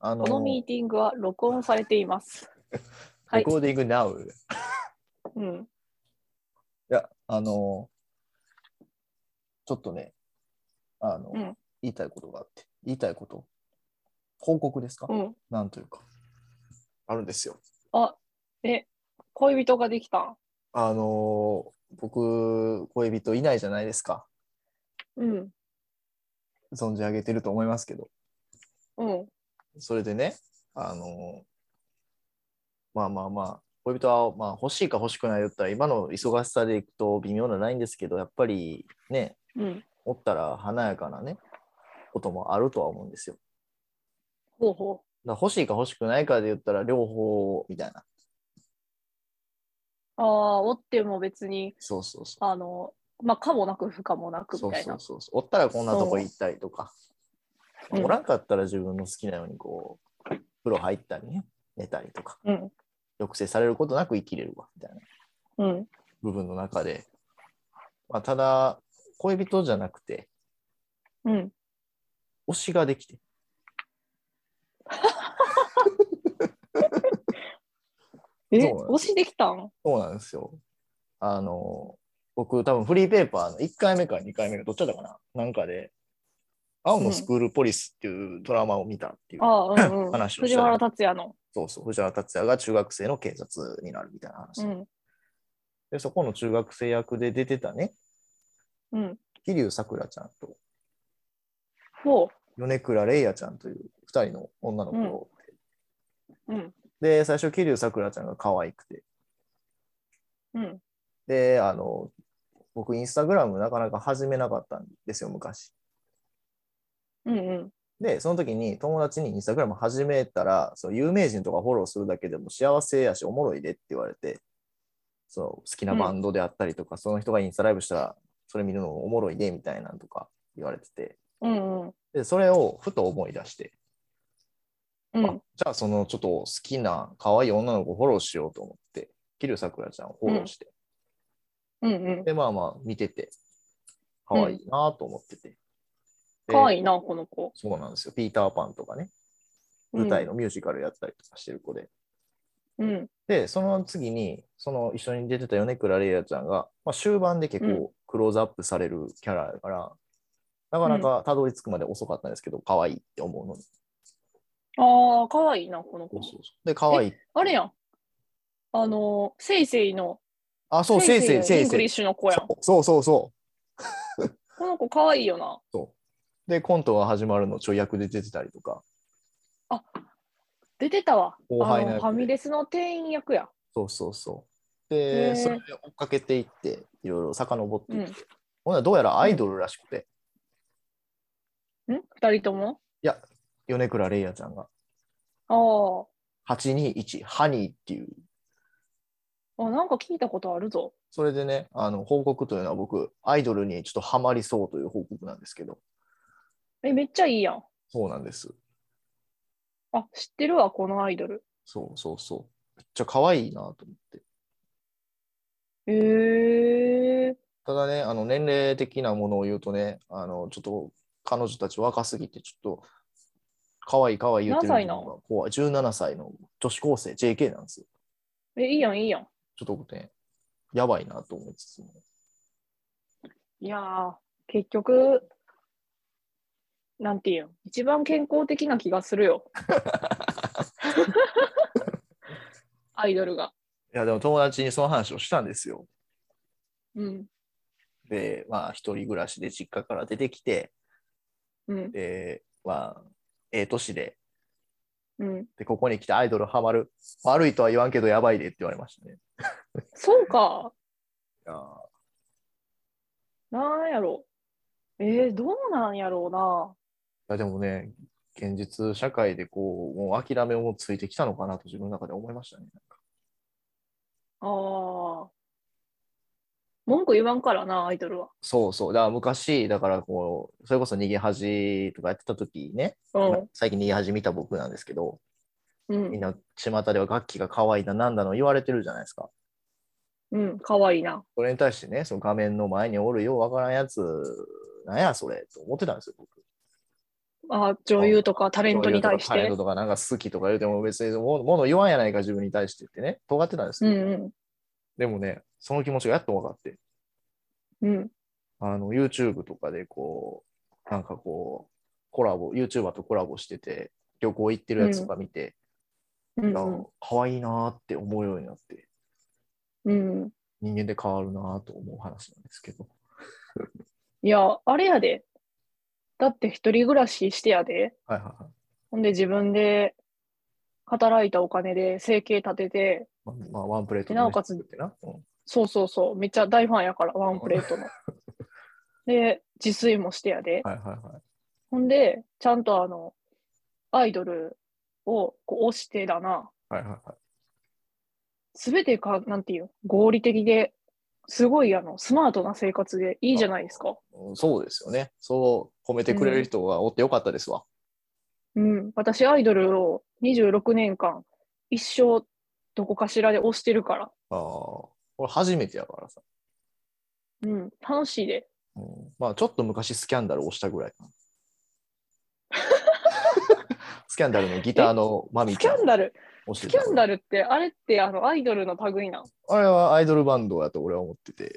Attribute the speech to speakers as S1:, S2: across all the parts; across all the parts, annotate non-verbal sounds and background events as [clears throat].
S1: あの
S2: このミーティングは録音されています。は
S1: レ
S2: い
S1: コ。ーディング Now。い
S2: うん。
S1: や、あの、ちょっとね、あの、
S2: うん
S1: 言いたいことがあって、言いたいこと、報告ですか、
S2: うん。
S1: なんというか、あるんですよ。
S2: あ、え、恋人ができた。
S1: あの、僕、恋人いないじゃないですか。
S2: うん。
S1: 存じ上げてると思いますけど。
S2: うん。
S1: それでね、あの、まあまあまあ、恋人はまあ欲しいか欲しくないだったら、今の忙しさでいくと微妙なラインですけど、やっぱりね、
S2: うん。
S1: おったら華やかなね、こともあるとは思うんですよ。
S2: ほうほ
S1: だから欲しいか欲しくないかで言ったら、両方みたいな。
S2: う。ああ、おっても別に、
S1: そうそうそう。
S2: あの、まあ、可もなく不可もなく
S1: そ
S2: み
S1: う
S2: たい
S1: そ
S2: な
S1: う。そうそう。おったらこんなとこ行ったりとか、
S2: そううん
S1: おらんかったら自分の好きなようにこう、風呂入ったりね、寝たりとか、
S2: うん。
S1: 抑制されることなく生きれるわ、みたいな。
S2: うん。
S1: 部分の中で、まあ、ただ恋人じゃなくて
S2: うん。
S1: 推しができて
S2: え、
S1: そうなんです
S2: 推しできたん
S1: そうなんですよあの僕多分フリーペーパーの1回目か2回目かどっちだったかななんかで「青のスクールポリス」っていうドラマを見たっていう、。
S2: ああ、うんう
S1: [laughs]
S2: ん
S1: 話をし
S2: 藤
S1: た
S2: 原竜也の。
S1: そうそう藤原竜也が中学生の警察になるみたいな話、
S2: うん。
S1: でそこの中学生役で出てたね
S2: うん。
S1: 桐生さくらちゃんと
S2: ほ
S1: 米倉玲也ちゃんという2人の女の子を、
S2: う。うん。
S1: で最初桐生さくらちゃんが可愛くて
S2: うん。
S1: で、あの、僕、インスタグラムなかなか始めなかったんですよ、昔。
S2: うんうん。
S1: で、その時に友達にインスタグラム始めたら、その有名人とかフォローするだけでも幸せやし、おもろいでって言われて、その好きなバンドであったりとか、その人がインスタライブしたら、それ見るのおもろいでみたいなんとか言われてて、
S2: うんうん。
S1: で、それをふと思い出して、
S2: うん。
S1: じゃあそのちょっと好きな可愛い女の子フォローしようと思って、桐生さくらちゃんをフォローして、
S2: うんうん。
S1: で、まあまあ見てて、可愛いなと思ってて。で
S2: かわいいな、この子。
S1: そうなんですよ。ピーターパンとかね、舞台のミュージカルやったりとかしてる子で。
S2: うん。うん。
S1: で、その次に、その一緒に出てた米倉玲也ちゃんが、まあ、終盤で結構クローズアップされるキャラだから、なかなかたどり着くまで遅かったんですけど、可愛いって思うのに。
S2: ああ、かわいいな、この子。
S1: で、可愛い
S2: あれやん。あのー、せいせいの、
S1: あ、そう、せいせい、せ
S2: イ
S1: い
S2: ング
S1: せ
S2: リッ
S1: い。
S2: シュの子やん。
S1: そうそうそう。
S2: この子かわいいよな。
S1: そうで、コントが始まるのちょい役で出てたりとか、
S2: 出てたわ。
S1: 後輩の役
S2: あの
S1: で
S2: ファミレスの店員役や。
S1: そうそうそう。で、
S2: へー
S1: それで追っかけていって、いろいろ遡って
S2: う
S1: い
S2: ん。
S1: っ
S2: ん
S1: て、ほんならどうやらアイドルらしくて、
S2: 二人とも
S1: 米倉玲也ちゃんが。
S2: あ
S1: 821ハニーっていう。
S2: あ。あ、なんか聞いたことあるぞ。
S1: それでね、あの報告というのは僕、アイドルにちょっとハマりそうという報告なんですけど、
S2: え、めっちゃいいやん。
S1: そうなんです。
S2: あ、知ってるわ、このアイドル。
S1: そうそうそう。めっちゃ可愛いなと思って。
S2: へえ。
S1: ただね、あの年齢的なものを言うとね、あのちょっと彼女たち若すぎて、ちょっと可愛い可愛い言ってる
S2: 何歳な
S1: の
S2: の
S1: が怖い。17歳の女子高生 JK なんですよ。
S2: え、いいやん、いいやん。
S1: ちょっとね、やばいなと思いつつも。
S2: いやー、結局、なんていうん、一番健康的な気がする
S1: [laughs]
S2: よ。アイドルが。
S1: いや、でも友達にその話をしたんですよ。
S2: うん。
S1: で、まあ、一人暮らしで実家から出てきて、
S2: うん。
S1: で、まあ、ええ年で、
S2: うん。
S1: で、ここに来てアイドルハマる。悪いとは言わんけど、やばいでって言われましたね。
S2: そうか。
S1: あ
S2: なんやろえー、どうなんやろうな。
S1: あでもね、現実社会でこう、もう諦めもついてきたのかなと自分の中で思いましたね。
S2: あー文句言わんからな、アイドルは。
S1: そうそう。だから昔、だからこう、それこそ逃げ恥とかやってた時ね、
S2: うん。
S1: 最近逃げ恥見た僕なんですけど、
S2: う
S1: みん
S2: ん。
S1: な巷では楽器が可愛いだなんだの言われてるじゃないですか。
S2: うん。かわいいな。
S1: それに対してね、その画面の前におるようわからんやつ、なんやそれと思ってたんですよ、僕。
S2: あ女優とかタレントに対し
S1: タレン
S2: て
S1: ト。とかなんか好きとか言うても別にもの言わんやないか自分に対してってね、尖ってたんです
S2: う
S1: よ、
S2: ん
S1: でもね、その気持ちがやっと分かって、
S2: うん。うん。
S1: あの、YouTube とかでこう、なんかこう、コラボ、YouTuber とコラボしてて、旅行行ってるやつとか見て、
S2: う
S1: あ
S2: ん
S1: 可愛いなーって思うようになって、
S2: うん。うん。
S1: 人間で変わるなーと思う話なんですけど。
S2: いや、あれやで。だって一人暮らししてやで。
S1: はいはいはい。
S2: ほんで自分で働いたお金で生計立てて、
S1: まあ、まあ、ワンプレート
S2: でなおかつ
S1: ってな。うん
S2: そうそうそう、めっちゃ大ファンやから、ワンプレートの。で、自炊もしてやで。
S1: はいはいはい。
S2: ほんで、ちゃんとあの、アイドルをこう推してだな。
S1: はいはいはい。
S2: すべてか、なんていう、合理的で、すごいあの、スマートな生活でいいじゃないですか。
S1: うんそうですよね。そう褒めてくれる人がおってよかったですわ。
S2: うん。私、アイドルを26年間、一生、どこかしらで推してるから。
S1: ああ、俺初めてやからさ。
S2: うん。楽しいで。
S1: うん、まあちょっと昔スキャンダルをしたぐらい。
S2: [laughs]
S1: スキャンダルのギターのマミ
S2: ス
S1: ち
S2: キ
S1: ゃん
S2: ャンダル、
S1: を
S2: スキャンダ
S1: ル
S2: ルって、あれって、あの、アイドルの類なん。
S1: あれはアイドルバンドやと俺は思ってて、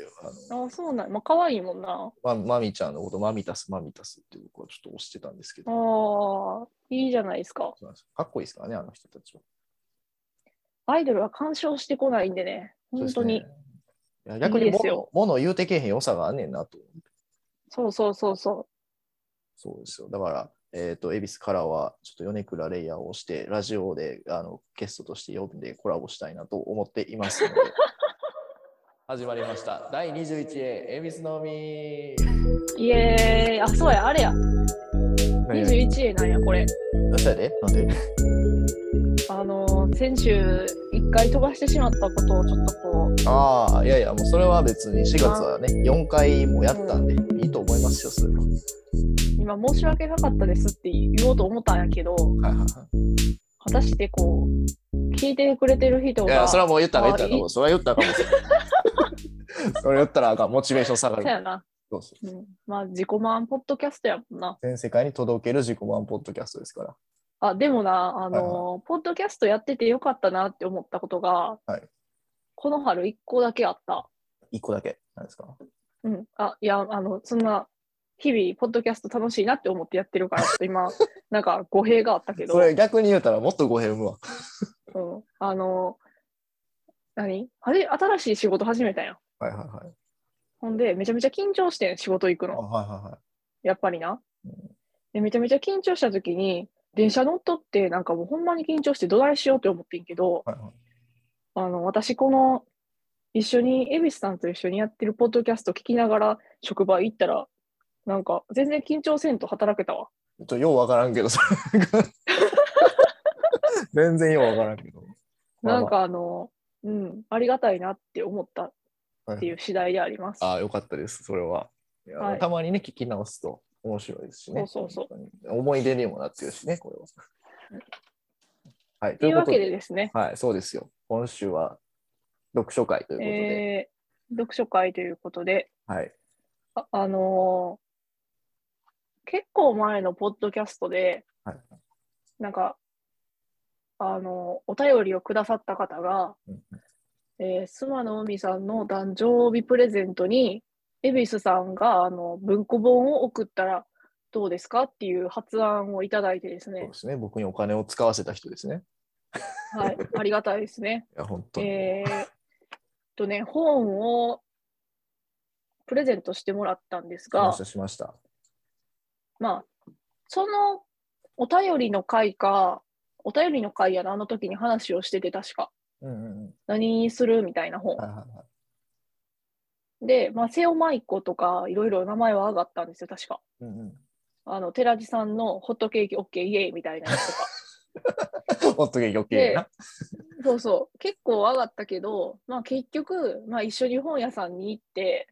S1: あの
S2: ああ、そうなん。まあ、可愛いもんな。
S1: ま、マミちゃんのことマミタスマミタスって僕はちょっと推してたんですけど、
S2: ああ、いいじゃないですか。
S1: そうなんですよかっこいいですからね、あの人たちは。
S2: アイドルは干渉してこないんでね。本当に
S1: そう。ですね。いや逆に
S2: いいですよ
S1: もの言うてけえへん良さがあんねんなと
S2: そうそうそうそ
S1: そうですよ。だから、えっ、と、恵比寿からは、ちょっと米倉レイヤーをして、ラジオであのゲストとして呼んでコラボしたいなと思っていますの [laughs] で。始まりました。第21회、恵比寿の海。
S2: う。イエーイ。あ、そうや、あれや。21位なんや、これ。
S1: 何歳でなんで
S2: あのー、先週、一回飛ばしてしまったことを、ちょっとこ
S1: ああ、いやいや、もうそれは別に4月はね、4回もやったんで、いいと思いますよ、それは。
S2: う、今、申し訳なかったですって言おうと思ったんやけど、
S1: はいはいは
S2: 果たしてこう、聞いてくれてる人
S1: い。いや、
S2: が、
S1: それはもう言ったら言ったらあか
S2: あい
S1: も。それは言ったらあかもしれない。それ言ったらあかん。モチベーション下が
S2: そう
S1: る。
S2: やな。
S1: そうそう
S2: うん。まあ、自己満ポッドキャストやもんな。
S1: 全世界に届ける自己満ポッドキャストですから。
S2: あ、でもな、あのー
S1: は
S2: ポッドキャストやっててよかったなって思ったことが、
S1: はい
S2: この春一個だけあった。
S1: 1個だけ。なんですか
S2: うん、あいやあのそんな日々ポッドキャスト楽しいなって思ってやってるからちょっ
S1: [laughs]
S2: と今なんか語弊があったけど、
S1: そうれ
S2: ん、
S1: 逆に言うたらもっと語弊生むわ。
S2: あの何あれ新しい仕事始めたやん
S1: はいはいはい。
S2: ほんでめちゃめちゃ緊張してん仕事行く
S1: あ
S2: の
S1: はいはいはい。
S2: やっぱりな
S1: うん
S2: でめちゃめちゃ緊張した時に電車乗っとってなんかもうほんまに緊張してどないしようって思ってんけど
S1: はいはい、
S2: あの私この一緒に恵比寿さんと一緒にやってるポッドキャスト聞きながら職場行ったらなんか全然緊張せんと働けたわ
S1: ちょっとようわからんけど、そ [laughs] れが全然ようわからんけど。
S2: なんかあの、うん、ありがたいなって思った
S1: っ
S2: っていう次第であります。
S1: ああ、よかったです、それは。いや
S2: はい
S1: たまにね、聞き直すと面白いですしね。
S2: そうそう
S1: 本当に思い出にもなってるしね、これは。はい、
S2: と
S1: とい
S2: いうう
S1: こ
S2: わ
S1: と
S2: け
S1: で、
S2: でですね、
S1: はい、そうですよ。今週は読書会ということで、
S2: えー読書会ということで、
S1: はい、
S2: あ、あのー結構前のポッドキャストで、
S1: はい
S2: なんか、あのーお便りをくださった方が
S1: うん、
S2: えー、妻の海さんの誕生日プレゼントに、恵比寿さんがあの文庫本を送ったらどうですかっていう発案をいただいてです
S1: そう
S2: ね
S1: で、すね、僕にお金を使わせた人ですね。
S2: はい、ありがたいですね。
S1: [laughs] いや、本当に。
S2: えーっとね、本をプレゼントしてもらったんです
S1: しま
S2: が
S1: し、た、しました。
S2: まあ、そのお便りの回か、お便りの回やな、あの時に話をしてて、確か。
S1: うんうんうん。
S2: 何にするみたいな本。
S1: はいはいはい。
S2: で、まあ、瀬尾舞子とか、いろいろ名前は上がったんですよ、確か。
S1: うんうん
S2: あの、寺地さんのホットケーキ OK イエーイみたいなやつとか。
S1: [laughs] ホットケーキ OK な。
S2: そうそう。結構上がったけど、まあ、結局、まあ、一緒に本屋さんに行って、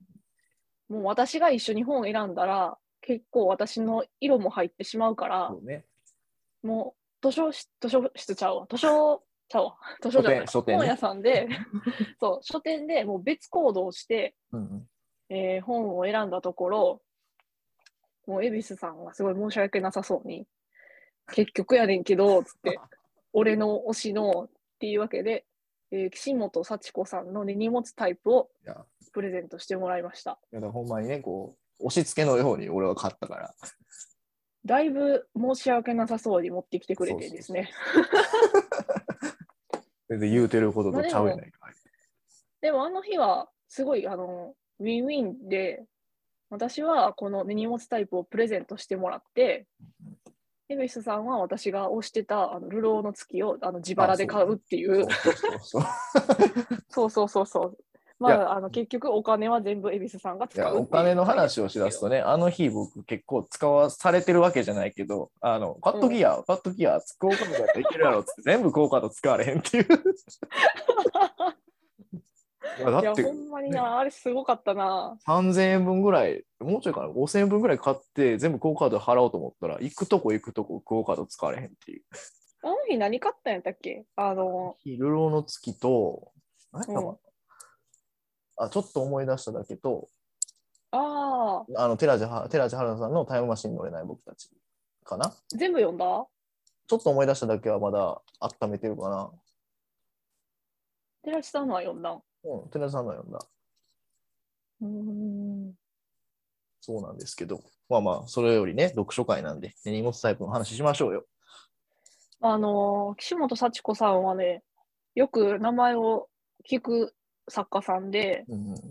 S2: もう私が一緒に本選んだら、結構私の色も入ってしまうから、
S1: そうね。
S2: もう図書室、図書室ちゃうわ。図書ちゃうわ。 [laughs] 図書じゃない。
S1: 書店書店ね
S2: 本屋さ
S1: [laughs]
S2: んで、そう、書店でもう別行動して、
S1: うんうん。
S2: えー本を選んだところ、もう恵比寿さんがすごい申し訳なさそうに、結局やねんけど、つ
S1: [laughs]
S2: って、俺の推しのっていうわけで、えー岸本幸子さんの、ね、荷物タイプを
S1: いや、いや
S2: プレゼントしてもらいました。
S1: だからほんまにね、こう、押し付けのように俺は勝ったから。
S2: だいぶ申し訳なさそうに持ってきてくれてですね。
S1: 全然言うてることとちゃうやないか。
S2: でもあの日はすごいあのウィンウィンで私はこの荷物タイプをプレゼントしてもらってエビスさんは私が推してたあのルローの月をあの自腹で買うってい
S1: そううそうそう
S2: [laughs]
S1: そう
S2: そうそうそうそうま
S1: いや
S2: ああの結局お金は全部エビスさんが
S1: い
S2: 使う
S1: や
S2: っていう
S1: お金の話をしだすとね、あの日僕結構使わされてるわけじゃないけど、あの、カットギア、カットギア、使おうかもだったらいけるやろっつって、全部効果と使われへんっていう。 [laughs] いや
S2: い
S1: だ
S2: や
S1: って
S2: ほんまになあれすごかったな
S1: 3000円分ぐらい、もうちょいかな、5000円分ぐらい買って、全部クオカード払おうと思ったら、行くとこ行くとこクオカード使われへんっていう。
S2: あの日何買ったんやったっけあの
S1: ルローの月と、何やったかな
S2: う
S1: あ、ちょっと思い出しただけと、
S2: ああ
S1: あの、寺地は寺地春菜さんのタイムマシンに乗れない僕たちかな。
S2: 全部読んだ
S1: ちょっと思い出しただけはまだ温めてるかな。
S2: 寺地さんのは読んだん
S1: うん、寺地さんのは読んだ。
S2: うーん
S1: そうなんですけど、まあまあ、それよりね、読書会なんで、ね荷物タイプの話しましょうよ。
S2: あのー岸本幸子さんはね、よく名前を聞く作家さんで、
S1: うんうん、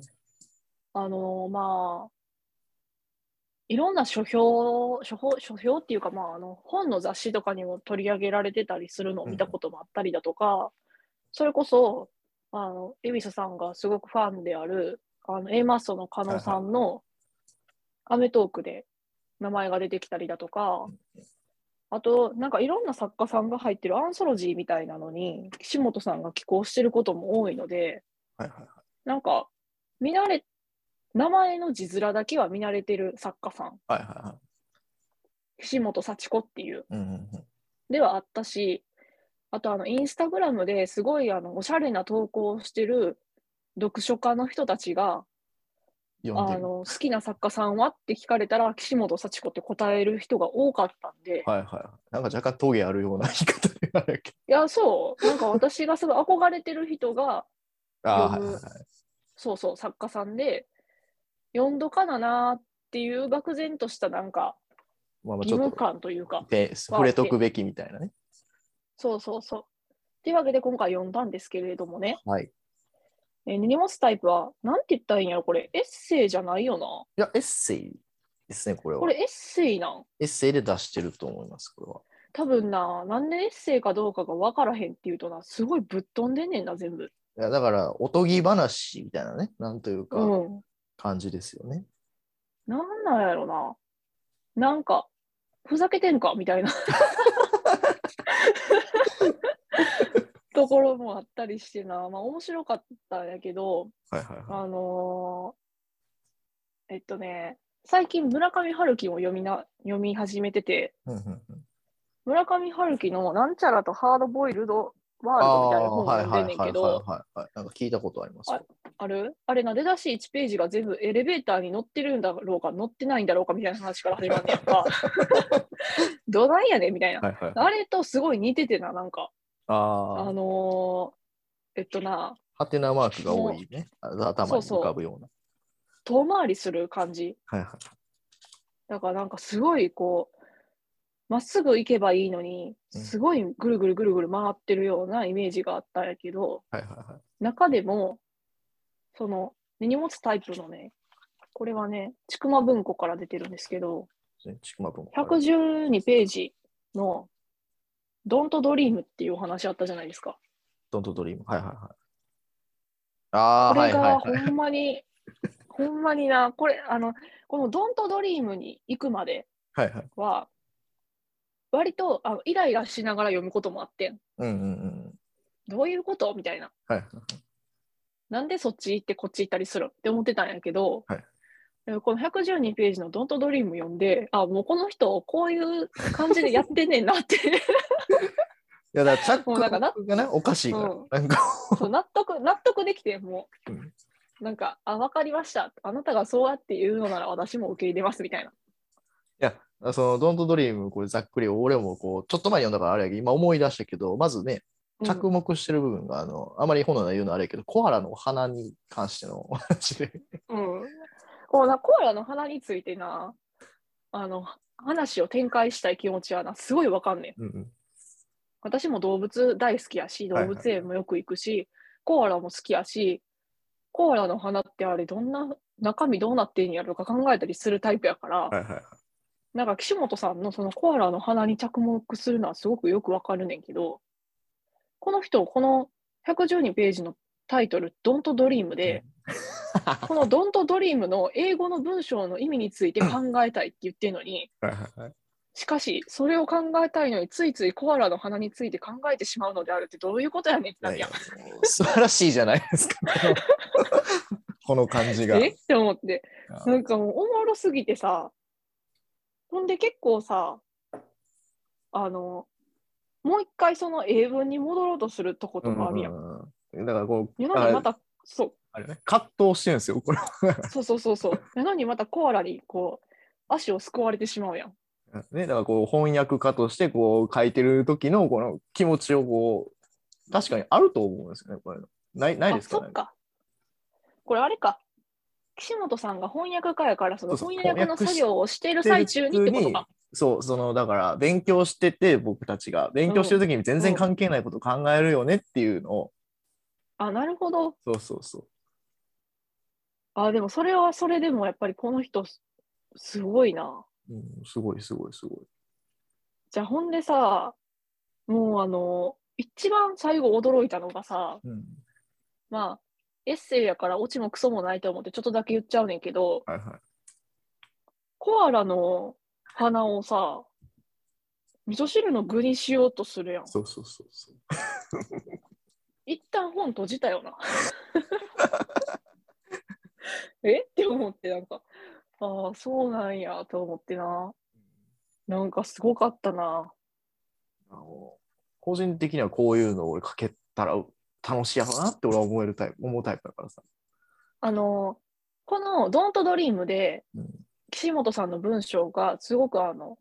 S2: あのーまあ、いろんな書評、書評、書評っていうか、まあ、あの、本の雑誌とかにも取り上げられてたりするのを見たこともあったりだとか、それこそ、あの、恵比寿さんがすごくファンである、あの、A マッソの加納さんの、アメトークで名前が出てきたりだとか、あと、なんかいろんな作家さんが入ってるアンソロジーみたいなのに、岸本さんが寄稿してることも多いので、
S1: はいはいはい。
S2: なんか、見慣れ、名前の字面だけは見慣れてる作家さん、
S1: はいはいはい。
S2: 岸本幸子っていう、
S1: うんうんうん
S2: ではあったし、あとあの、インスタグラムですごいあの、おしゃれな投稿をしてる読書家の人たちが、
S1: 読んで
S2: あ
S1: る。
S2: の、好きな作家さんはって聞かれたら、岸本幸子って答える人が多かったんで、
S1: はいはい。なんか若干トゲあるような言い方であるけど。
S2: いや、そう、なんか私がすごい憧れてる人が、
S1: [laughs] ああ、はい
S2: 読
S1: は
S2: む
S1: いはい。
S2: そうそう、作家さんで、読んどかななーっていう漠然としたなんか、
S1: まあまあ
S2: 義
S1: ちょっ
S2: 務
S1: と
S2: 感というか、
S1: で触れとくべきみたいなね。
S2: そうそうそう。というわけで今回読んだんですけれどもね、
S1: はい。い
S2: えー荷物タイプは、なんて言ったらいいんやろ、これ、エッセイじゃないよな。
S1: や、エッセイですね、これは。
S2: これ、エッセイなん。
S1: エッセイで出してると思います、これは。
S2: 多分な、なんでエッセイかどうかが分からへんっていうとな、すごいぶっ飛んでんねんな、全部。
S1: いやだから、おとぎ話みたいなね、なんというか、
S2: うん。
S1: 感じですよね。
S2: なんなんやろな。なんか、ふざけてんかみ
S1: [laughs]
S2: たいな [laughs] ところもあったりしてな、まあ面白かったんやけど、
S1: はいはいはい。
S2: あのーえっとね、最近村上春樹を読みな読み始めてて、
S1: うんうんうん
S2: 村上春樹のなんちゃらとハードボイルドワールドみたいな本を
S1: はいは
S2: 読
S1: い
S2: ん
S1: はいは
S2: でんねんけ
S1: い
S2: ど、
S1: はいはい。なんか聞いたことあります。
S2: あるあれな、出だし1ページが全部エレベーターに乗ってるんだろうか、乗ってないんだろうかみたいな話から始まんね
S1: [laughs]
S2: んか。どないやねんみたいな。
S1: はいはい。
S2: あれとすごい似ててな、なんか。あ
S1: ああ、
S2: のーえっとな、
S1: ハテナマークが多いね。あ頭に浮かぶような。
S2: 遠回りする感じ。
S1: はいはい。
S2: だからなんかすごいこうまっすぐ行けばいいのに
S1: うん
S2: すごいぐるぐるぐるぐる回ってるようなイメージがあったんやけど
S1: はいはいはい。
S2: 中でもその荷物タイプのねこれはね千曲文庫から出てるんですけど
S1: ちくま文庫から
S2: 112ページの「ドントドリーム」っていうお話あったじゃないですか。
S1: ドントドリーム。はいはいはい。あ
S2: こ
S1: あ、は
S2: れ
S1: いはい
S2: が
S1: は
S2: ほ
S1: い。
S2: んまにほんまになこれあのこの「ドントドリーム」に行くまで
S1: はいはい。
S2: は割とあのイライラしながら読むこともあってん
S1: うんうんうん。
S2: どういうことみたいな。
S1: はいはい
S2: なんでそっち行ってこっち行ったりするって思ってたんやけど、
S1: はい
S2: でもこの112ページの「ドントドリーム」読んで、あ、もうこの人、こういう感じでやってんねん
S1: [laughs]
S2: なって、
S1: いやだから着
S2: もうなんかな
S1: 目がね、おかしいから。
S2: うん
S1: なんか、
S2: そう納得、納得できて、もう、
S1: うん
S2: なんか、あ、わかりました。あなたがそうやって言うのなら私も受け入れますみたいな。
S1: や、その、ドントドリーム、これざっくり、俺もこう、ちょっと前に読んだからあれやけど、今思い出したけど、まずね、
S2: うん
S1: 着目してる部分が、あの、あまり本の内容のあれやけど、コアラのお花に関しての [laughs] お話で。
S2: うん。こうな、コアラの花についてな、あの、話を展開したい気持ちはな、すごいわかんねん。
S1: うんうん
S2: 私も動物大好きやし、動物園もよく行くし、コアラも好きやし、コアラの花ってあれ、どんな、中身どうなってんやろとか考えたりするタイプやから、
S1: はいはいはい。
S2: なんか岸本さんのそのコアラの鼻に着目するのはすごくよくわかるねんけど、この人、この112ページのタイトル、ドントドリーム [laughs] で、このドントドリームの英語の文章の意味について考えたいって言ってるのに、
S1: はいはいはい。
S2: しかし、それを考えたいのについついコアラの鼻について考えてしまうのであるってどういうことやねんってなるやん。
S1: もう素晴らしいじゃないですか。 [laughs] この感じが。
S2: え [laughs] って思って
S1: あ、
S2: なんかもうおもろすぎてさ、ほんで結構さ、あの、もう一回その英文に戻ろうとするとことかあるやん。
S1: うんだからこう、
S2: やのにま
S1: あ
S2: た、そ
S1: あれね、葛藤してるんですよ、これ。
S2: う、そうそうそ
S1: [laughs]
S2: うそう。やのにまたコアラにこう、足をすくわれてしまうやん。
S1: ね、だからこう翻訳家としてこう書いてる時のこの気持ちをこう、確かにあると思うんですよね、これ。ないない
S2: あ、
S1: ですか
S2: そ
S1: ね
S2: っ。か。これあれか。岸本さんが翻訳家やから、その
S1: そうそう
S2: 翻訳の作業をしている最中にってことか。
S1: そう、その、だから、勉強してて、僕たちが、勉強してる時に全然関係ないことを考えるよねっていうのを、
S2: あ、なるほど。
S1: そうそうそう。
S2: あ、でもそれはそれでもやっぱりこの人す、すごいな。
S1: うん、すごい、すごい、すごい。
S2: じゃあほんでさもうあの一番最後驚いたのがさ
S1: うん、
S2: まあエッセイやからオチもクソもないと思ってちょっとだけ言っちゃうねんけど
S1: はいはい。
S2: コアラの花をさ味噌汁の具にしようとするやん
S1: そうそうそうそう。
S2: 一旦本閉じたよな [laughs] え [laughs] って思ってなんかああそうなんやと思ってななんかすごかったな
S1: あの個人的にはこういうのを俺かけたら楽しいやろなって俺は思えるタイプ、思うタイプだからさ。
S2: あのこの「ドントドリームで
S1: うん
S2: 岸本さんの文章がすごくあの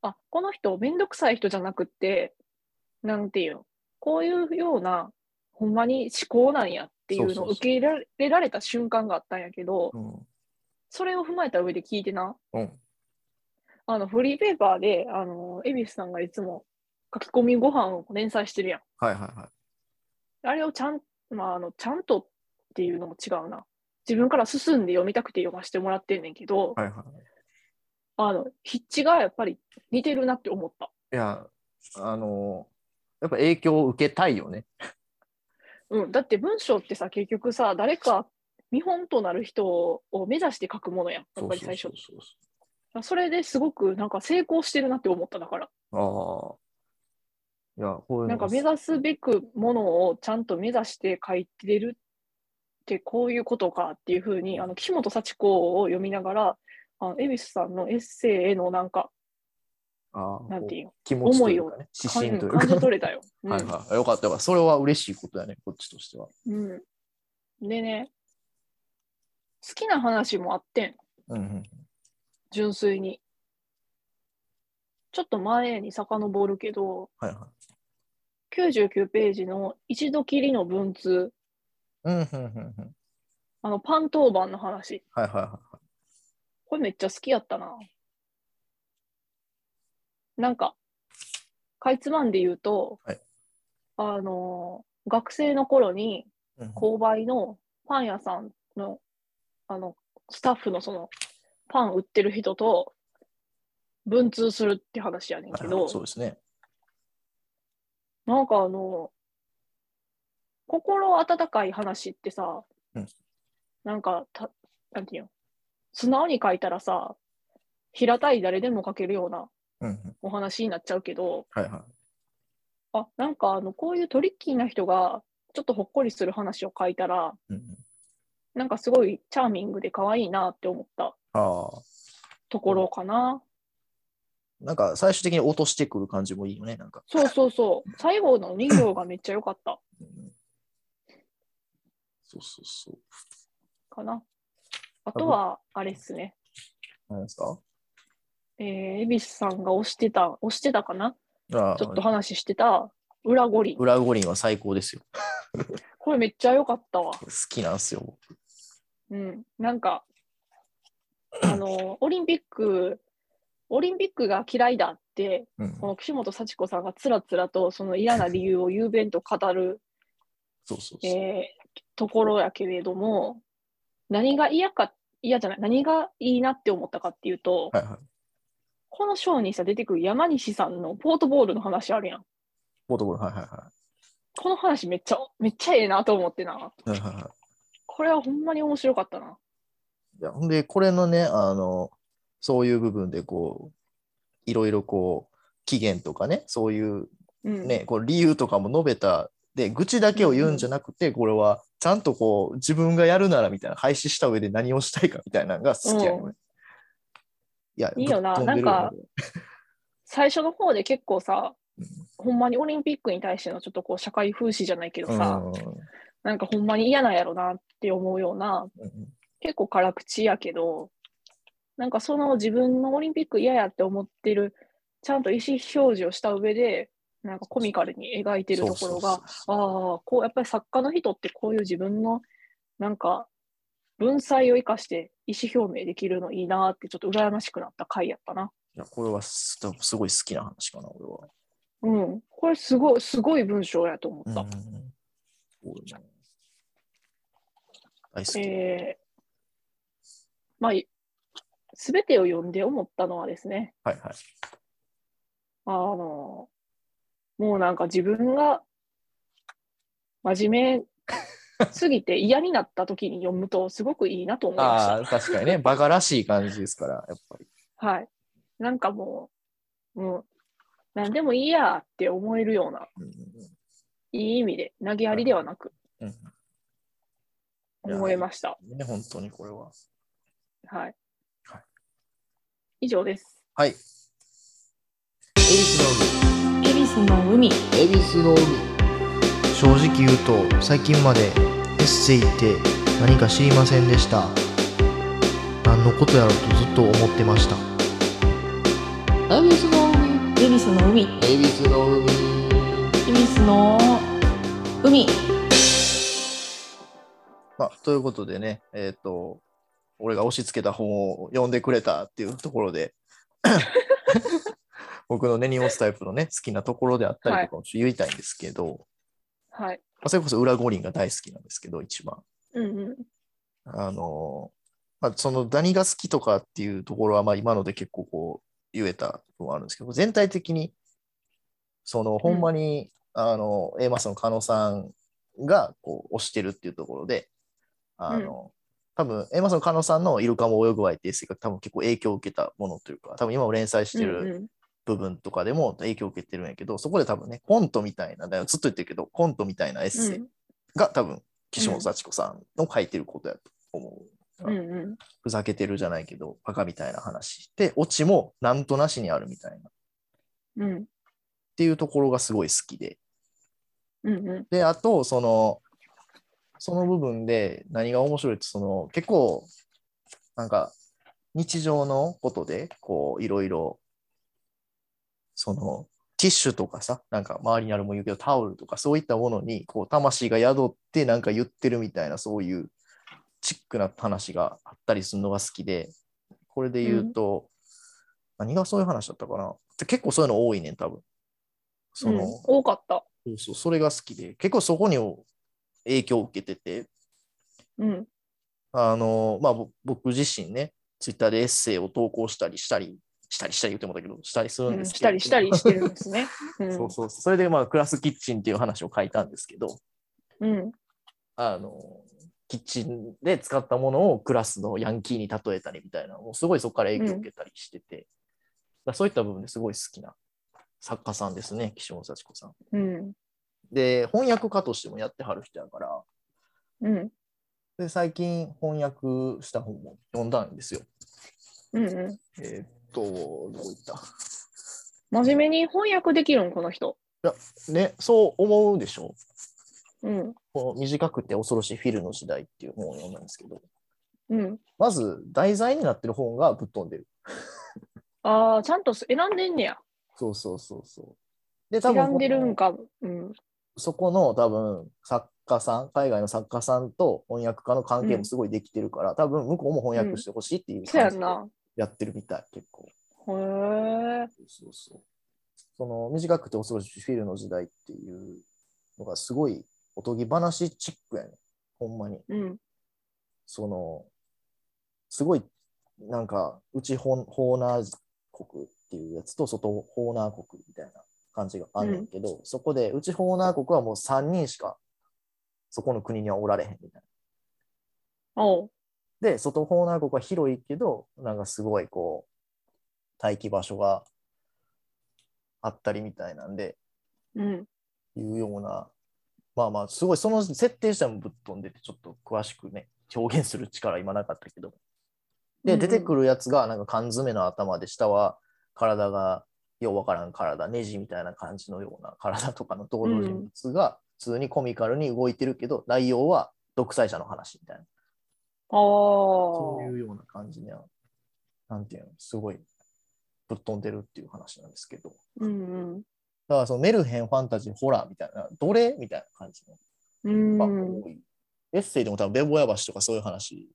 S2: あこの人めんどくさい人じゃなくってなんていうのこういうようなほんまに思考なんやってい
S1: そ
S2: うの
S1: うそう
S2: を
S1: そう
S2: 受け入れられられた瞬間があったんやけどそれを踏まえた上で聞いてな
S1: うん。うん。
S2: あのフリーペーパーであの恵比寿さんがいつも書き込みご飯を連載してるやん
S1: はいはいは
S2: あれをちゃん,、まあ、あのちゃんとっていうのも違うな自分から進んで読みたくて読ませてもらってんねんけど、
S1: い。はいはい。
S2: あの、筆致がやっぱり似てるなって思った。
S1: いや、あの、やっぱ影響を受けたいよね。
S2: うん、だって文章ってさ、結局さ、誰か見本となる人を目指して書くものやん、やっぱり最初。そ
S1: そうそうそ
S2: れですごくなんか成功してるなって思っただから、
S1: うそう。ああ。いや、こういうの
S2: なんか
S1: が
S2: 目指すべくものをちゃんと目指して書いてるってこういうことかっていうふうに、あの、岸本幸子を読みながら、あの恵比寿さんのエッセイへのなんか、
S1: ああ
S2: なんていうの
S1: こ気持ちというかね、指針という
S2: 感
S1: か。
S2: じ取れた
S1: [laughs]
S2: よ。うん
S1: はいはい。よかったよかった。それは嬉しいことだね、こっちとしては。
S2: うん。でね、好きな話もあってん、
S1: うんうん。
S2: 純粋に。ちょっと前に遡るけど、
S1: はいはい。
S2: 99ページの一度きりの文通、
S1: うんうんうんうん。
S2: あの、パン当番の話。
S1: はいはいは
S2: これめっちゃ好きやったな。なんか、かいつまんで言うと、
S1: はい
S2: あのー、学生の頃に、
S1: い。うん
S2: 購買のパン屋さんのあのスタッフのそのパン売ってる人と文通するって話やねんけ
S1: はいは
S2: ど
S1: い、そうですね。
S2: なんかあの心温かい話ってさ、
S1: うん
S2: なんかたなんていうの素直に書いたらさ平たい誰でも書けるような
S1: うんうん。
S2: お話になっちゃうけど
S1: はいはい。
S2: あなんかあのこういうトリッキーな人がちょっとほっこりする話を書いたら
S1: うんうん、
S2: なんかすごいチャーミングで可愛いなって思った
S1: ああ。
S2: ところかな。
S1: なんか最終的に落としてくる感じもいいよね、なんか。
S2: そうそうそう。最後の2行がめっちゃ良かった
S1: うんそうそうそう。
S2: かな。あとは、あれっすね。
S1: なんですか
S2: えー、恵比寿さんが推してた、推してたかな
S1: あ
S2: ちょっと話してた、裏五輪。
S1: 裏五輪は最高ですよ。
S2: これめっちゃ良かったわ。
S1: 好きなんですよ。僕
S2: うん。なんか、あの、オリンピック、オリンピックが嫌いだって、
S1: うん
S2: この岸本幸子さんがつらつらとその嫌な理由を雄弁と語る、
S1: そうそうそう。
S2: えーところやけれども、何が嫌か、嫌じゃない、何がいいなって思ったかっていうと、
S1: はいはい。
S2: このショーにさ出てくる山西さんのポートボールの話あるやん。
S1: ポートボール、はいは
S2: この話めっちゃ、めっちゃええなと思ってな。
S1: いはい。はいはいはい
S2: これはほんまに面白かったな。
S1: いやほんで、これのね、あの、そういう部分で、こう、いろいろこう、期限とかね、そういう
S2: うん。
S1: ね、こう理由とかも述べた。で、愚痴だけを言うんじゃなくて、これは、ちゃんとこう、自分がやるならみたいな、廃止した上で何をしたいかみたいなのが好きやね。
S2: う
S1: いや、
S2: いいよな
S1: ぶっ飛でるよ
S2: なんか最初の方で結構さ、
S1: うん
S2: ほんまにオリンピックに対してのちょっとこう社会風刺じゃないけど
S1: うん
S2: さ、
S1: うん
S2: なんかほんまに嫌なんやろなって思うような、
S1: うん
S2: 結構辛口やけど、なんかその自分のオリンピック嫌やって思ってる、ちゃんと意思表示をした上で、なんかコミカルに描いてるとこ
S1: そう
S2: ろが、
S1: そうそう
S2: ああ、こう、やっぱり作家の人ってこういう自分の、なんか、文才を生かして意思表明できるのいいなって、ちょっと羨ましくなった回やったな。
S1: いや、これはすすごい好きな話かな、俺は。
S2: うん。これすごい、すごい文章やと思った。
S1: うんすごいな大好き。
S2: えーまあ、すべてを読んで思ったのはですね、
S1: はいはい。
S2: あの、もうなんか自分が真面目すぎて嫌になった時に読むとすごくいいなと思いました。
S1: [laughs] ああ、確かにね、バカらしい感じですから、やっぱり。
S2: はい。なんかもう、もう、何でもいいやって思えるような、
S1: うん
S2: いい意味で、投げやりではなく、
S1: うんうんうん
S2: 思えました。
S1: うんね、本当にこれは。
S2: はい
S1: はい。
S2: 以上です。
S1: はい。恵比寿
S2: 恵比寿の海。
S1: の海。恵比寿の海。正直言うと、最近までエッセイって何か知りませんでした。何のことやろうとずっと思ってました。
S2: 恵比寿の海。恵比寿の海。恵
S1: 恵比寿の海。
S2: 比寿の海。
S1: まあ、ということでね、えっ、と、俺が押し付けた本を読んでくれたっていうところ [laughs] で、僕のね、ニオスタイプのね、好きなところであったりとかもちょっと言いたいんですけど、
S2: はい。
S1: まあ、それこそ裏五輪が大好きなんですけど、一番。
S2: うんうん。
S1: あのーまあ、その何が好きとかっていうところは、まあ、今ので結構こう言えたのはあるんですけど、全体的に、そのほんまに、あの A マスの狩野さんがこう推してるっていうところで、あの多分 A マスの狩野さんのイルカも泳ぐわいっていう性格、多分結構影響を受けたものというか、多分今も連載してる
S2: うんうん
S1: 部分とかでも影響を受けてるんやけど、そこで多分ね、コントみたいな、だよずっと言ってるけど、コントみたいなエッセイが多分岸本幸子さんの書いてることやと思う。
S2: うんうんうん。
S1: ふざけてるじゃないけど、バカみたいな話。で、オチもなんとなしにあるみたいな。っ
S2: うん
S1: ていうところがすごい好きで。
S2: うんうん。
S1: で、あと、その、その部分で何が面白いって、その、結構、なんか、日常のことで、こう、いろいろ、その、ティッシュとかさ、なんか周りにあるもん言うけど、タオルとか、そういったものに、こう、魂が宿って、なんか言ってるみたいな、そういう、チックな話があったりするのが好きで、これで言うと、何がそういう話だったかな。結構そういうの多いねん、多分。その、
S2: うん、多かった。
S1: そうそう、それが好きで、結構そこに影響を受けてて、
S2: うん。
S1: あの、まあ、ぼ僕自身ね、ツイッターでエッセイを投稿したりしたり、したりしたり言ってもだけど、したりするん
S2: う
S1: で
S2: ん、
S1: す
S2: し
S1: けど、
S2: たりしたりしてるんですね。う
S1: [laughs]
S2: ん。
S1: そうそうそう、それで、まあ、クラスキッチンっていう話を書いたんですけど、
S2: うん。
S1: あの、キッチンで使ったものをクラスのヤンキーに例えたりみたいな、もうすごいそこから影響を受けたりしてて、だからそういった部分ですごい好きな作家さんですね、岸本幸子さん。
S2: うん。
S1: で、翻訳家としてもやってはる人やから、
S2: うん。
S1: で、最近翻訳した本も読んだんですよ。
S2: うんうん。
S1: えーっと、どこ行った
S2: 真面目に翻訳できるん、この人。
S1: ね、そう思うでしょ
S2: うん。
S1: この短くて恐ろしいフィルの時代っていう本を読んだんですけど、
S2: うん。
S1: まず題材になってる本がぶっ飛んでる。
S2: ああ、ちゃんと選んでんねや。
S1: そうそうそうそう。で、多分
S2: 選んでるんか。うん。
S1: そこの多分作家さん、海外の作家さんと翻訳家の関係もすごいできてるから、多分向こうも翻訳してほしいっていう
S2: そうや
S1: 感
S2: ん
S1: じで
S2: な。
S1: やってるみたい、結構。
S2: へえ。
S1: そうそう。その短くて恐ろしいフィルの時代っていうのがすごいおとぎ話チックやね。ほんまに。
S2: うん。
S1: その、すごい、なんか、内ホホーナー国っていうやつと外ホーナー国みたいな感じがあるんだけど、そこで、内ホーナー国はもう3人しか、そこの国にはおられへんみたい
S2: おう。
S1: な。で、外ホーナー国は広いけど、なんかすごいこう、待機場所があったりみたいなんで、
S2: うん。
S1: いうような、まあまあ、すごい、その設定自体もぶっ飛んでて、ちょっと詳しくね、表現する力今なかったけど。
S2: うんう
S1: で、
S2: ん
S1: 出てくるやつが、なんか缶詰の頭で、下は体が、ようわからん体、ネジみたいな感じのような体とかの登場人物が、普通にコミカルに動いてるけど、内容は独裁者の話みたいな、
S2: ああ。
S1: そういうような感じの、なんていうの、すごいぶっ飛んでるっていう話なんですけど、
S2: うんうん。
S1: だからそのメルヘン、ファンタジー、ホラーみたいな、奴隷みたいな感じの
S2: うん
S1: が多い。エッセイでも多分、ベボヤ橋とかそういう話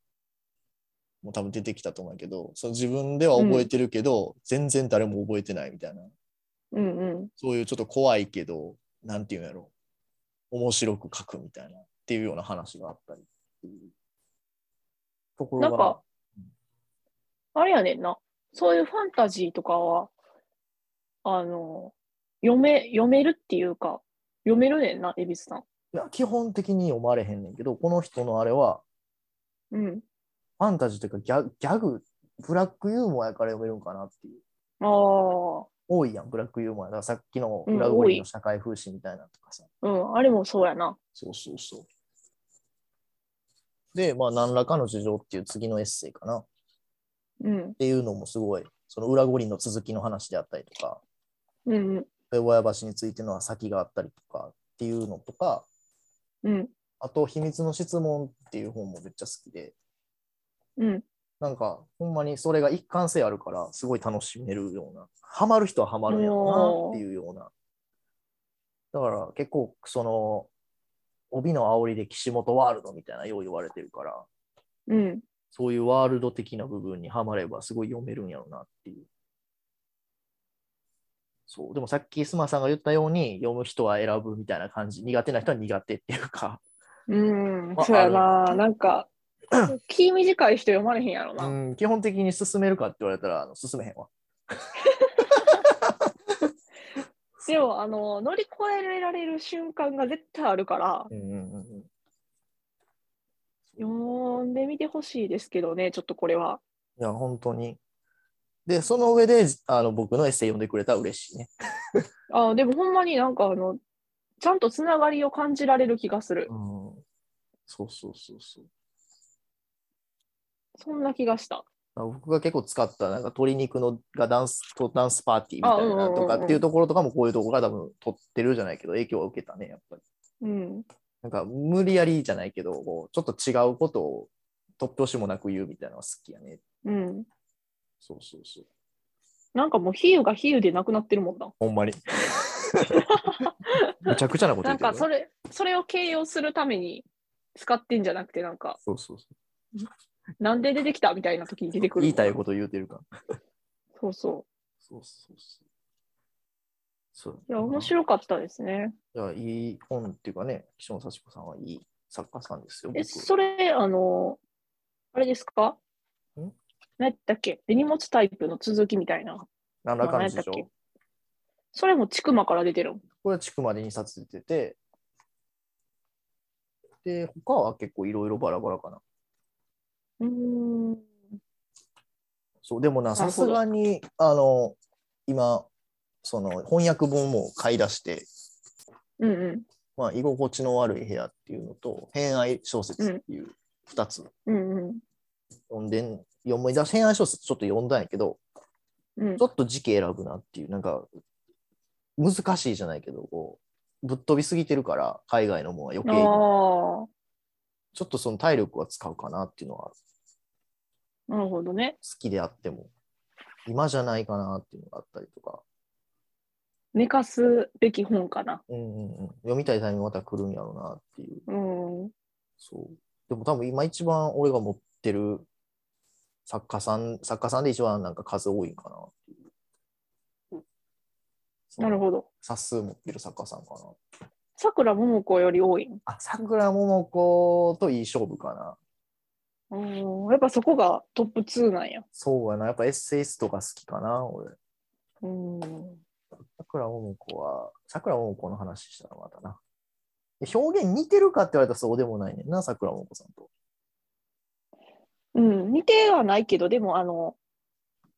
S1: も多分出てきたと思うけど、その自分では覚えてるけど、全然誰も覚えてないみたいな、
S2: うんうん。
S1: そういうちょっと怖いけど、なんていうんやろ、面白く書くみたいなっていうような話があったりっていうところ
S2: なん
S1: が
S2: か、あれやねんな。そういうファンタジーとかは、あの、読め、読めるっていうか、読めるねんな、恵比寿さん。
S1: いや基本的に読まれへんねんけど、この人のあれは、
S2: うん。
S1: ファンタジーというかギャギャグ、ブラックユーモアやから読めるんかなっていう。
S2: ああ。
S1: 多いやん、ブラックユーモア。だからさっきの
S2: うん
S1: 裏声
S2: 多
S1: の
S2: い
S1: 社会風刺みたいなのとかさ。
S2: うん。あれもそうやな。
S1: そうそうそう。で、まあ、何らかの事情っていう次のエッセイかな。っ
S2: うん。
S1: ていうのもすごい、その裏五輪の続きの話であったりとか、
S2: うんうん。
S1: 親橋についての先があったりとかっていうのとか、
S2: うん。
S1: あと、秘密の質問っていう本もめっちゃ好きで、
S2: うん。
S1: なんか、ほんまにそれが一貫性あるから、すごい楽しめるような、ハマる人はハマるんやろうなっていうような。だから結構、その、帯の煽りで岸本ワールドみたいなよう言われてるから、
S2: うん。
S1: そういうワールド的な部分にはまればすごい読めるんやろうなっていう。そう、でもさっきスマさんが言ったように読む人は選ぶみたいな感じ、苦手な人は苦手っていうか、
S2: うん
S1: あ、
S2: そうやな。な
S1: [clears throat]
S2: んか、気短い人読まれへんやろ
S1: う
S2: な。
S1: ん、基本的に進めるかって言われたらあの進めへんわ。
S2: でも、あの、乗り越えられる瞬間が絶対あるから、
S1: うんうんうんうん
S2: 読んでみてほしいですけどね、ちょっとこれは。
S1: いや、本当に。で、その上であの僕のエッセイ読んでくれたら嬉しいね。
S2: あでもほんまになんかあの、ちゃんとつながりを感じられる気がする
S1: う。ん、そうそうそうそう。
S2: そんな気がした。
S1: あ僕が結構使ったなんか鶏肉のがダンスとダンスパーティーみたい
S2: あ
S1: な
S2: うんうんうんうん
S1: とかっていうところとかもこういうところが多分取ってるじゃないけど影響は受けたねやっぱり
S2: うん。
S1: なんか無理やりじゃないけどこうちょっと違うことを突拍子もなく言うみたいなのは好きやね
S2: うん。
S1: そうそうそう
S2: なんかもう比喩が比喩でなくなってるもんな。
S1: ほんま
S2: [laughs]
S1: にむちゃくちゃなこと
S2: な
S1: 言ってる
S2: んかそれ、それを形容するために使ってんじゃなくて、なんか、
S1: そうそうそう
S2: なんで出てきたみたいな時に出てくる。
S1: 言いたいこと言うてるから
S2: そうそ
S1: そうそうそうそう
S2: う。いや、面白かったですね。
S1: いやいい本っていうかね岸本幸子さんはいい作家さんですよ
S2: え、
S1: 僕
S2: それ、あの、あれですか
S1: ん
S2: 何やったっけ手荷物タイプの続きみたいな。
S1: 何らかの
S2: 何
S1: 事
S2: やったっけ
S1: 情
S2: それもちくまから出てるもん。
S1: これは地区まで2冊出てて、で、他は結構いろいろバラバラかな。
S2: うーん。
S1: そう、でもな、
S2: な
S1: さ
S2: る
S1: す
S2: ほど
S1: がに、あの、今、その翻訳本も買い出して、
S2: うんう
S1: まあ、居心地の悪い部屋っていうのと、偏愛小説っていう2つ
S2: ん。うんうん。
S1: 読んでん、読み出し、偏愛小説ちょっと読んだんやけど、
S2: うん
S1: ちょ、っと時期選ぶなっていう、なんか、難しいじゃないけど、こう、ぶっ飛びすぎてるから、海外のもんは余計に、
S2: あ
S1: ちょっとその体力は使うかなっていうのは
S2: あ、なるほどね。
S1: 好きであっても。今じゃないかなっていうのがあったりとか、
S2: 寝かすべき本かな。
S1: うんうんうん、読みたいタイミングまた来るんやろうなっていう。
S2: うん。
S1: そう。でも多分今一番俺が持ってる作家さん、作家さんで一番なんか数多いんかなっていう。そう
S2: なるほど。
S1: 冊数持ってる作家さんかな。
S2: さくらももこより多いん。
S1: あ、桜桃子といい勝負かな。
S2: うん。やっぱそこがトップ2なんや。
S1: そうやな。やっぱエッセイストが好きかな、俺。
S2: うん。
S1: 桜桃子は、桜桃子の話したらまたな。で表現似てるかって言われたらそうでもないねんな、桜桃子さんと。
S2: うん。似てはないけど、でもあの、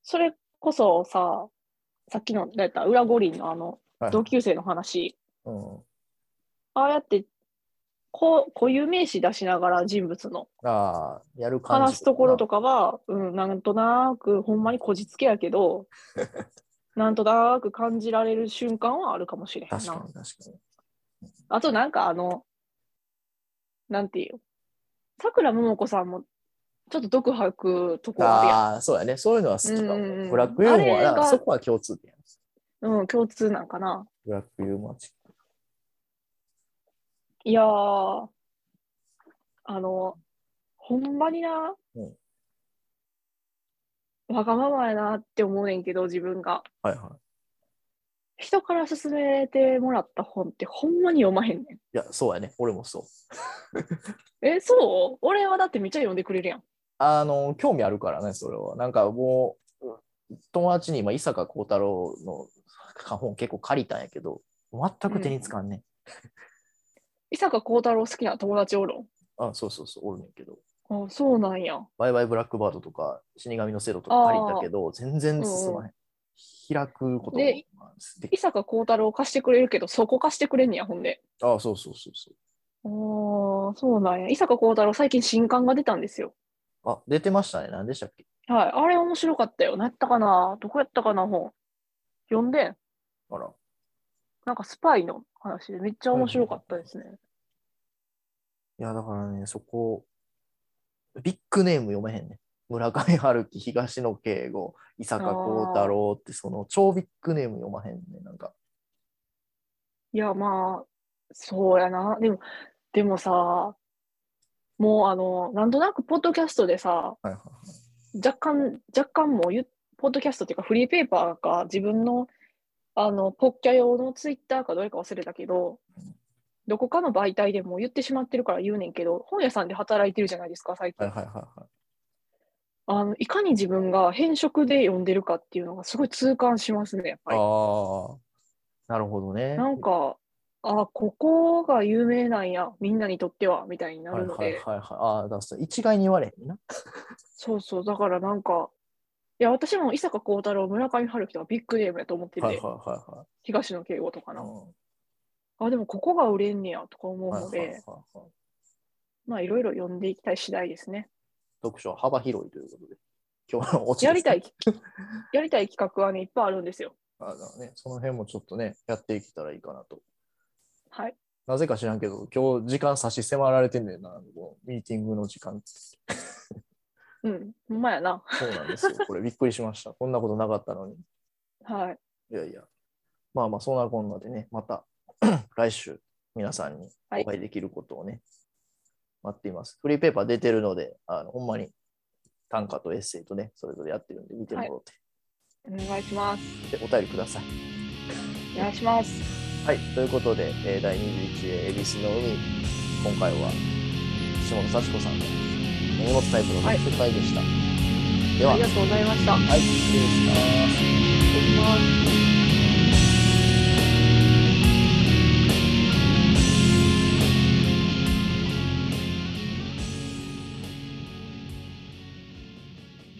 S2: それこそさ、さっきの、だった裏五輪のあの、
S1: はい
S2: 同級生の話、
S1: うん。
S2: ああやって、こう、固有名詞出しながら人物の
S1: ああ、やる感じ。
S2: 話すところとかは、うん、なんとなく、ほんまにこじつけやけ
S1: [laughs]
S2: ど、なんとなく感じられる瞬間はあるかもしれへん
S1: 確か
S2: な。
S1: に確かに。
S2: あとなんかあの、なんていう、さくらももこさんも、ちょっと毒吐くとこあるやん。
S1: ああ、そうやね。そういうのは好きかも。
S2: うんうんうん
S1: ブラックユーモア
S2: あれが
S1: だからそこは共通点やね。
S2: うん、共通なんかな。
S1: ブラックユーモアチック。
S2: いやー、あの、ほんまにな、
S1: うん
S2: わがままやなって思うねんけど、自分が。
S1: はいはい。
S2: 人から勧めてもらった本ってほんまに読まへんね
S1: いや、そうやね。俺もそう。
S2: ん。え、そう俺はだってめっちゃ読んでくれるやん。
S1: あの、興味あるからね、それは。なんかもう、友達に今、伊坂幸太郎の本結構借りたんやけど、全く手につかんね、
S2: 伊坂幸太郎好きな友達おる
S1: あ、そうそうそう、おるねんけど。
S2: ん。あ、そうなんや。
S1: バイバイブラックバードとか、死神の制度とか借りたけど、全然進まへん。開くことが
S2: で
S1: で
S2: 伊
S1: き
S2: 坂幸太郎貸してくれるけど、そこ貸してくれんねや、ほんで。
S1: あそうそうそうそ
S2: ああ、そうなんや。伊坂幸太郎、最近新刊が出たんですよ。
S1: う。あ、出てましたね。何でしたっけ
S2: はい。あれ面白かったよ。何やったかなどこやったかな本。読んでん。
S1: あら。
S2: なんかスパイの話でめっちゃ面白かったですね。
S1: いや、だからね、そこ、ビッグネーム読めへんね。村上春樹、東野圭吾、伊坂幸太郎って、その超ビッグネーム読まへんね。なんか、
S2: いや、まあ、そうやな。でも、でもさ、もうあの、なんとなくポッドキャストでさ、
S1: はいはい
S2: 若干、若干もうゆ、ポッドキャストっていうかフリーペーパーか自分の、あの、ポッキャ用のツイッターかどれか忘れたけど、どこかの媒体でもう言ってしまってるから言うねんけど、本屋さんで働いてるじゃないですか、最
S1: はいは
S2: 近。
S1: いはいはい。
S2: あの、いかに自分が偏食で読んでるかっていうのがすごい痛感しますね、やっぱり。
S1: ああ、なるほどね。
S2: なんか、あ、ここが有名なんや、みんなにとっては、みたいにな
S1: はい
S2: るの
S1: はいはい
S2: で、
S1: はい。ああ、だからそれ一概に言われへんねんな。
S2: そうそう、だからなんか、いや、私も伊坂幸太郎、村上春樹とかビッグネームやと思って
S1: はい
S2: て
S1: は、いはいはい。
S2: 東野圭吾とか
S1: う
S2: な。
S1: ん
S2: あ、でもここが売れんねやとか思う
S1: はい
S2: の
S1: はいはい
S2: で、
S1: はい
S2: まあ、いろいろ読んでいきたい次第ですね。
S1: 読書は幅広いということで、今日
S2: [laughs]
S1: のお
S2: やりたい、やりたい企画はね、いっぱいあるんですよ。
S1: あのね。その辺もちょっとね、やっていけたらいいかなと。
S2: はい。
S1: なぜか知らんけど、今日時間差し迫られてんねんな、こうミーティングの時間って。
S2: うん、ほんまやな。
S1: そうなん
S2: [laughs]
S1: ですよ。これびっくりしました。こんなことなかったのに。
S2: はい。
S1: いやいや。まあまあ、そんなこんなでね、また [clears throat] 来週皆さんに
S2: はい
S1: お会いできることをね、待っています。フリーペーパー出てるので、あのほんまに短歌とエッセイとね、それぞれやってるんで見てもらって、
S2: お願いします。
S1: でお便りください。
S2: お願いします。
S1: はい、ということで、えー第21恵比寿の海、今回は下野幸子さんの荷物タイプの特集会でした。では、
S2: あ
S1: は
S2: り
S1: い
S2: が、とうございました。
S1: 失礼します。
S2: 失礼します